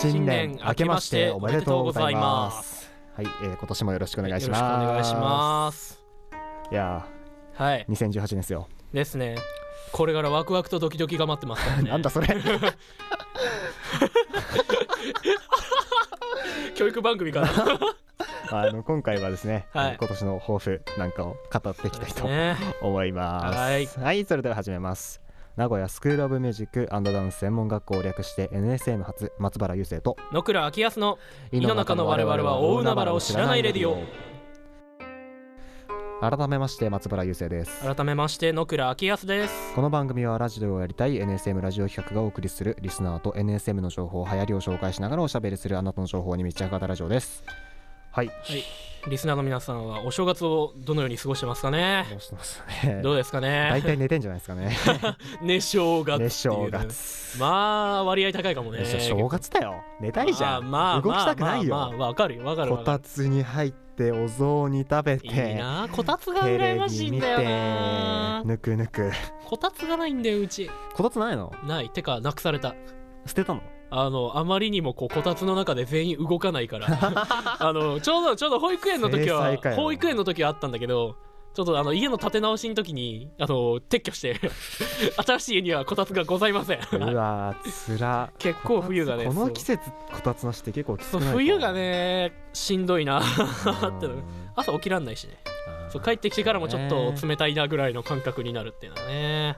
新年明けましておめでとうございますはい、えー今年もよろしくおよ願ろいししくおます。願いしますす。いやはいー、2018年です よ。ですねこれからワクワクとドキドキが待ってますから ねなんだそれ。教育番 組かなあの今回はですね、はい今年の抱負なんかを語っていきたいとね思います。はいそれでは始めます。名古屋スクールオブミュージックダンス専門学校を略して NSM 初松原優生と野倉昭康の井の中の我々は大海原を知らないレディオ。改めまして松原優生です。改めまして野倉昭康ですこの番組はラジオをやりたい NSM ラジオ企画がお送りするリスナーと NSM の情報流行りを紹介しながらおしゃべりするあなたの情報に満ち上がったラジオですはいリスナーの皆さんはお正月をどのように過ごしてますかねどうしてますねどうですか大ね体寝てんじゃないですかねね正月っていうねね正月まあ割合高いかもねね正月だよ寝たいじゃん、まあまあ動きたくないよ、まあまあまあわかるよわかるこわかたるつに入ってお雑煮食べていいなこたつがテ羨レましビいん見だてよなぬくぬくこたつがないんだようちこたつないのないてかなくされた捨 てたのあのあまりにもこうこたつの中で全員動かないから あのちょうどちょうど保育園の時制は裁かよ保育園の時はあったんだけどちょっとあの家の建て直しの時にあの撤去して 新しい家にはこたつがございませんうわーつら結構冬がねこたつこそのう季節こたつなしって結構きつくそうないか冬がねしんどいなうんっての朝起きらんないしねあーそう帰ってきてからもちょっねと冷たいなぐらいの感覚になるっていうのはね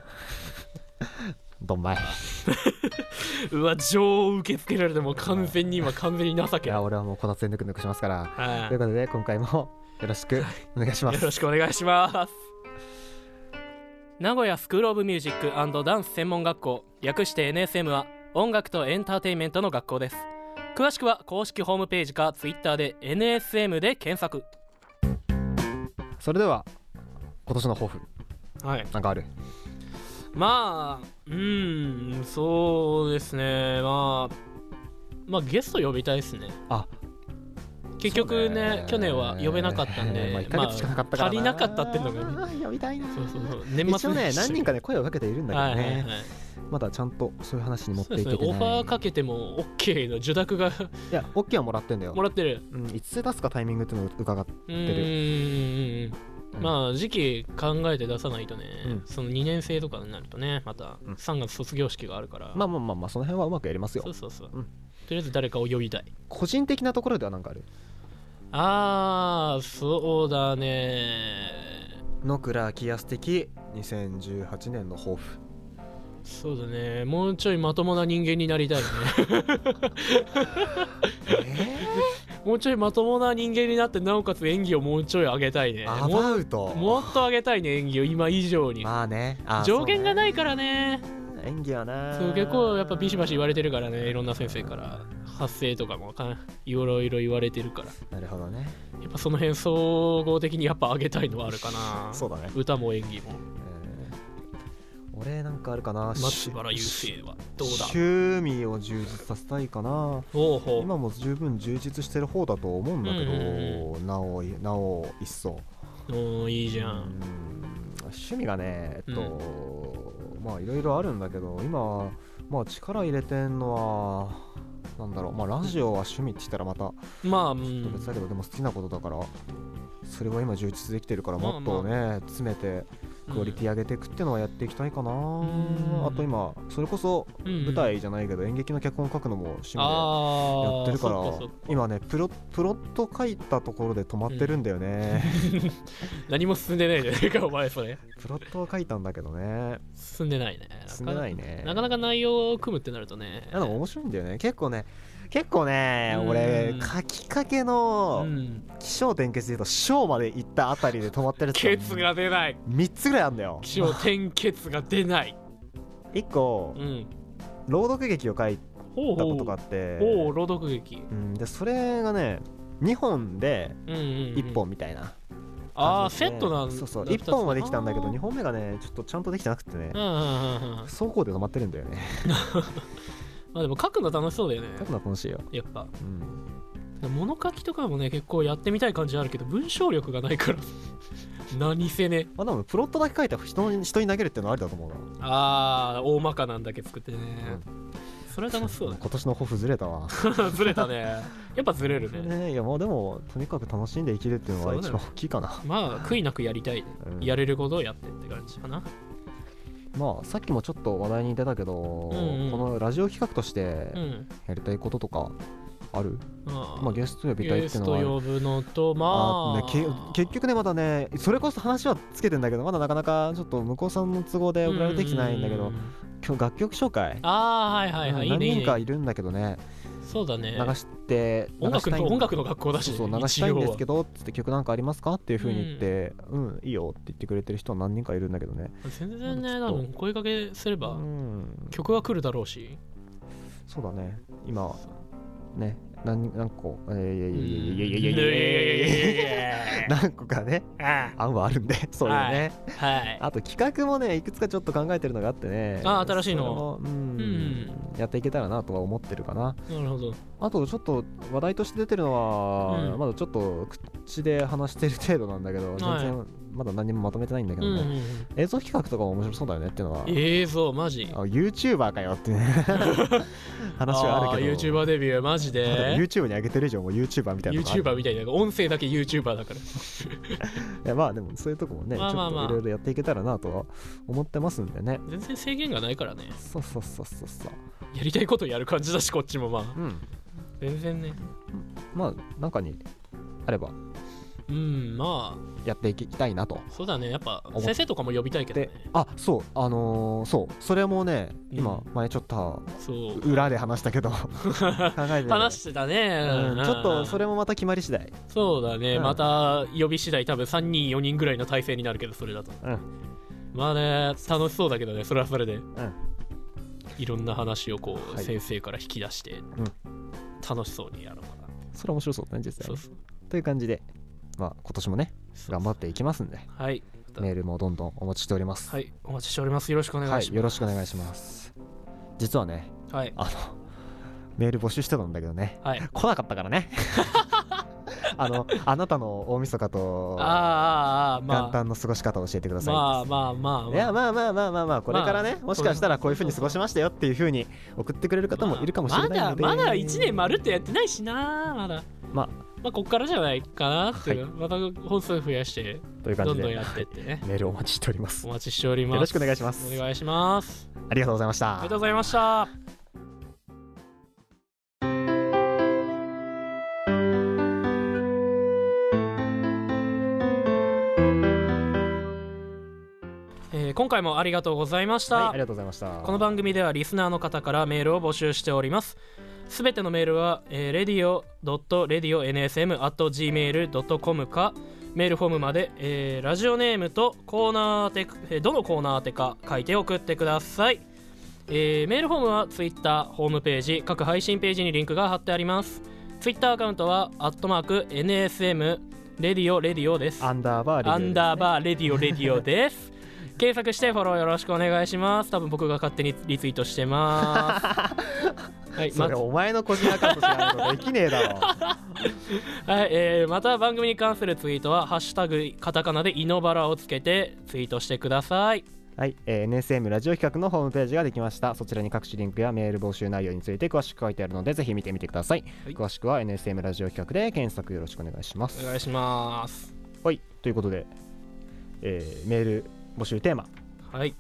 どんまいうわ情を受け付けられてもう完全に今完全に情いけやは俺はもうこたつでぬくぬくしますからといういことで今回もよろしくお願いしま よすろしくお願いします名古屋スクール・オブ・ミュージックダンス専門学校略して NSM は音楽とエンターテインメントの学校です詳しくは公式ホームページか Twitter で NSM で検索それでは今年の抱負はいなんかあるまあうーんそうですねまあまあゲスト呼びたいですねあ結局ねそう去年は呼べなかったんで、まあ、1ヶ月しかなかったからまあ足りなかったっていうのがねあー呼びたいなそうそうそう年末一応ね何人かかね声をかけているんだけどはいね、はいはいまだちゃんとそういう話に持っそてういでけすてねないオファーかけても OK の受諾がいや OK はもらってんだよもらってるうん、いつ出すかタイミングっていうのを伺ってうーんまあ時期考えて出さないとね、うんその2年生とかになるとねまたうん3月卒業式があるから、まあまあまあまあその辺はうまくやりますよそうそうそう、うんとりあえず誰かを呼びたい個人的なところではなんかあるあーそうだね野倉キアス的2018年の抱負そうだねもうちょいまともな人間にな りたいねもうちょいまともな人間になってなおかつ演技をもうちょい上げたいねアもバうウトもっと上げたいね演技を今以上に、まあねあ上限がないいからね演技はなそう結構やっぱビシバシ言われてるからねいろんな先生から発声とかもかいろいろ言われてるからなるほどねやっぱその辺総合的にやっぱ上げたいのはあるかなそうだね、歌も演技もえー俺なんかあるかな松原優生はどうだ趣味を充実させたいかなほうほう今も十分充実してる方だと思うんだけど、うんなおなお一層うんいいじゃうんん趣味がねえっと、まあいろいろあるんだけど今まあ力入れてんのはなんだろうまあラジオは趣味って言ったらまたまあ、うちょっとん別だけど、でも好きなことだからそれは今充実できてるからまあもっとね、詰めてクオリティ上げていくっていうのはやっていきたいかな、んあと今それこそうんうん舞台じゃないけど演劇の脚本書くのも趣味でやあってるからそっそっ今ねプロプロット書いたところで止まってるんだよね、何も進んでないじゃないかお前それプロットは書いたんだけどね進んでないね進んでないいねなかなか内容を組むってなるとねあの面白いんだよね結構ね結構ねうん俺書きかけのうん起承転結で言うと章まで行ったあたりで止まってるやつケツが出ない3つぐらいあんだよ気象転結が出ない1個うん朗読劇を書いほうたほことうがあっておお朗読劇うん、でそれがね2本でうんうんうん1本みたいな感ああじセでね、ットなんそうそうだ1本はできたんだけどあー2本目がねちょっとちゃんとできてなくてねうんうんうんうん走行で止まってるんだよねまあでも書くの楽しそうだよね書くのは楽しいよ、やっぱうん、物書きとかもね結構やってみたい感じあるけど文章力がないから 何せねまあでもプロットだけ書いて人に人に投げるっていうのはありだと思うなああ大まかなんだけ作ってね、んそれは楽し そうだね今年の抱負ずれたわずれたねやっぱずれるね ねいやまあでもとにかく楽しんで生きるっていうのはそうだ一よ番大きいかな、まあ悔いなくやりたいねうんやれることをやってって感じかなまあさっきもちょっと話題に出たけど、んうんこのラジオ企画としてうんやりたいこととかある、ままあゲスト呼びたいゲっていスうのトはある呼ぶのとまあね、け結局ねまだねそれこそ話はつけてんだけどまだなかなかちょっと向こうさんの都合で送られてきてないんだけど、ううう今日楽曲紹介、ああはいはいはい、うんいいねいい何ね人かいるんだけどねそうだね流して音楽流したいのん音楽の学校だし、ね、そうそう流したいんですけどどつって曲なんかありますかっていうふうに言ってうん、いいよって言ってくれてる人は何人かいるんだけどね全然ねまだ多ちょっと分声かけすれうば、ん曲は来るだろうしそうだね今ね何何個えーうんいやいやいやいやいやいやいやいやいやいや何個かねあ案はあるんでそうだね、はいあと企画もねいくつかちょっと考えてるのがあってねあ新しいのそれもうん、やっていけたらなとは思ってるかななるほどあとちょっと話題として出てるのは、うんまだちょっと口で話してる程度なんだけど全は然まだ何もまとめてないんだけうんどうね、んうん映像企画とかも面白そうだよねっていうのは映像マジあ YouTuber かよって ね話はあるけどー YouTuber デビューマジまあでもで YouTube に上げてる以上もう YouTuber みたいなのがある YouTuber みたいな音声だけ YouTuber だかいらやまあでもそういうとこもね、まあまあまあちょっといろいろやっていけたらなとは思ってますんでね全然制限がないからねそうそうそうそうそうやりたいことやる感じだしこっちもまあうん全然ねまあなんかにあればうんまやっていきたいなとあそうだねやっぱ先生とかも呼びたいけどでねあそうあのーそうそれもね今前ちょっとそう裏で話した けど考えて話してたね、うんちょっとそれれもまた決まり次第そうだね、うんまた呼び次第多分3人4人ぐらいの体制になるけどそれだと、うんまあね楽しそうだけどねそれはそれで、いろんな話をこう、はい先生から引き出して、楽しそうにやろうかなそれ面白そうだね実際そうそうという感じでまあ今年もねそう頑張っていきますんではいメールもどんどんお待ちしておりますはいお待ちしておりますよろしくお願はいいしよまろしくお願いします実はねすはいあのメール募集してたんだけどねはい、来なかったから ねあのあなたの大晦日とああああ元まあ旦の過ごし方を教えてください、まあまあまあいやまあまあまあまあまあこれからね、まあもしかしたらこういうふうに過ごしましたよっていうふうに送ってくれる方もいるかもしれないので、まあまだまだ1年まるっとやってないしなまだまあまあこっからじゃないかなっていう、また本数増やしてという感どじんでどんやってってねメールお待ちしておりますおよ待ちしておりますろしくお願いしますお願いしますありがとうございましたありがとうございましたえー今回もありがとうございました、はいありがとうございましたこの番組ではリスナーの方からメールを募集しておりますすべてのメールは、えー、radio.radionsm.gmail.com かメールフォームまで、えーラジオネームとコーナー宛て、えーどのコーナー宛てか書いて送ってください、えーメールフォームは Twitter ホームページ各配信ページにリンクが貼ってあります Twitter アカウントは「@NSM レディオレディオ」ですアンダーバーリアンダーーバーレディオレディ オです。検索してフォローよろしくお願いします。多分僕が勝手にリツイートし てます。はい、まそれお前の個人アカウントじゃないとできねえだろ はいえーまた番組に関するツイートは「ハッシュタグカタカナ」で「イノバラ」をつけてツイートしてください。はい、えー NSM ラジオ企画のホームページができましたそちらに各種リンクやメール募集内容について詳しく書いてあるのでぜひ見てみてください、はい詳しくは NSM ラジオ企画で検索よろしくお願いしますお願いします。はいということで、えーメール募集テーマ、はい、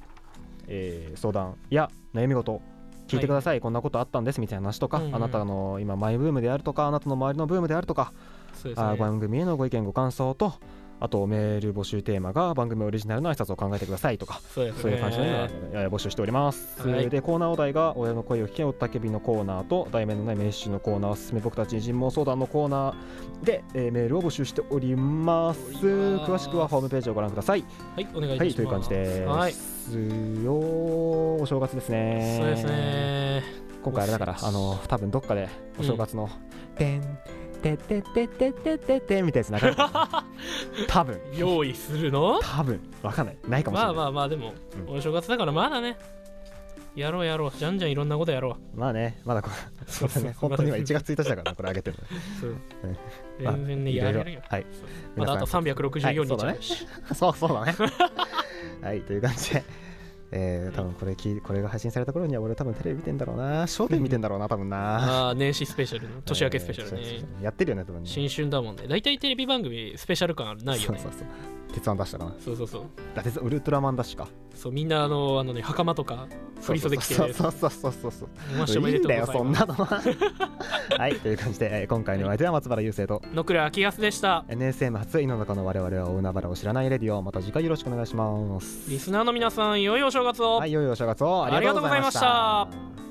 えー相談や悩み事聞いてください、こんなことあったんですみたいな話とか、うんうんあなたの今マイブームであるとかあなたの周りのブームであるとか、そうですあーね。番組へのご意見ご感想とあとメール募集テーマが番組オリジナルの挨拶を考えてくださいとかそうですそういう感じで、ね。えー募集しております、はいでコーナーお題が親の声を聞けおったけびのコーナーと題名のない名刺のコーナーおすすめ僕たちに尋問相談のコーナーで、えーメールを募集しておりますおります詳しくはホームページをご覧くださいはい、お願いいはたします。いという感じです、はい、よお正月ですねそうですね。今回あれだからあの多分どっかでお正月の「てんてってってってってってって」みたいなやつ流れて る多分用意するの多分わかんないないかもしれまないあまあまあ、でも、うんお正月だからまだね。やろうやろう。じゃんじゃんいろんなことやろう。まあね、まだこれ、そうだね、 本当には1月1日だからな、これ上げてる そうね全然ね、の。やいろれいろるよ。はい、 まだあと皆さん364日あるし、 そうそうだね。はい、という感じで、えー、多分これ聞いこれが配信された頃には俺多分テレビ見てんだろうな焦点見てんだろうな多分なああ年始スペシャ ルの 年明けスペシャルね、えーそうそうそうやってるよね多分ね新春だもんね大体テレビ番組スペシャル感ないよねそうそうそう鉄腕ダッシュだなそうそうそうだ鉄ウルトラマンダッシュかそうみんなあのあのね袴とか振り袖着てそうそうそうそうそうそうマシュマいいでんとうだございよますそんなの ははいという感じで、えー今回のお相手は松原雄生と野倉昭康でした NSM 初井の中の我々は大海原を知らないレディオまた次回よろしくお願いしますリスナーの皆さん良いお正月を、はい良いお正月をありがとうございましありがとうございまた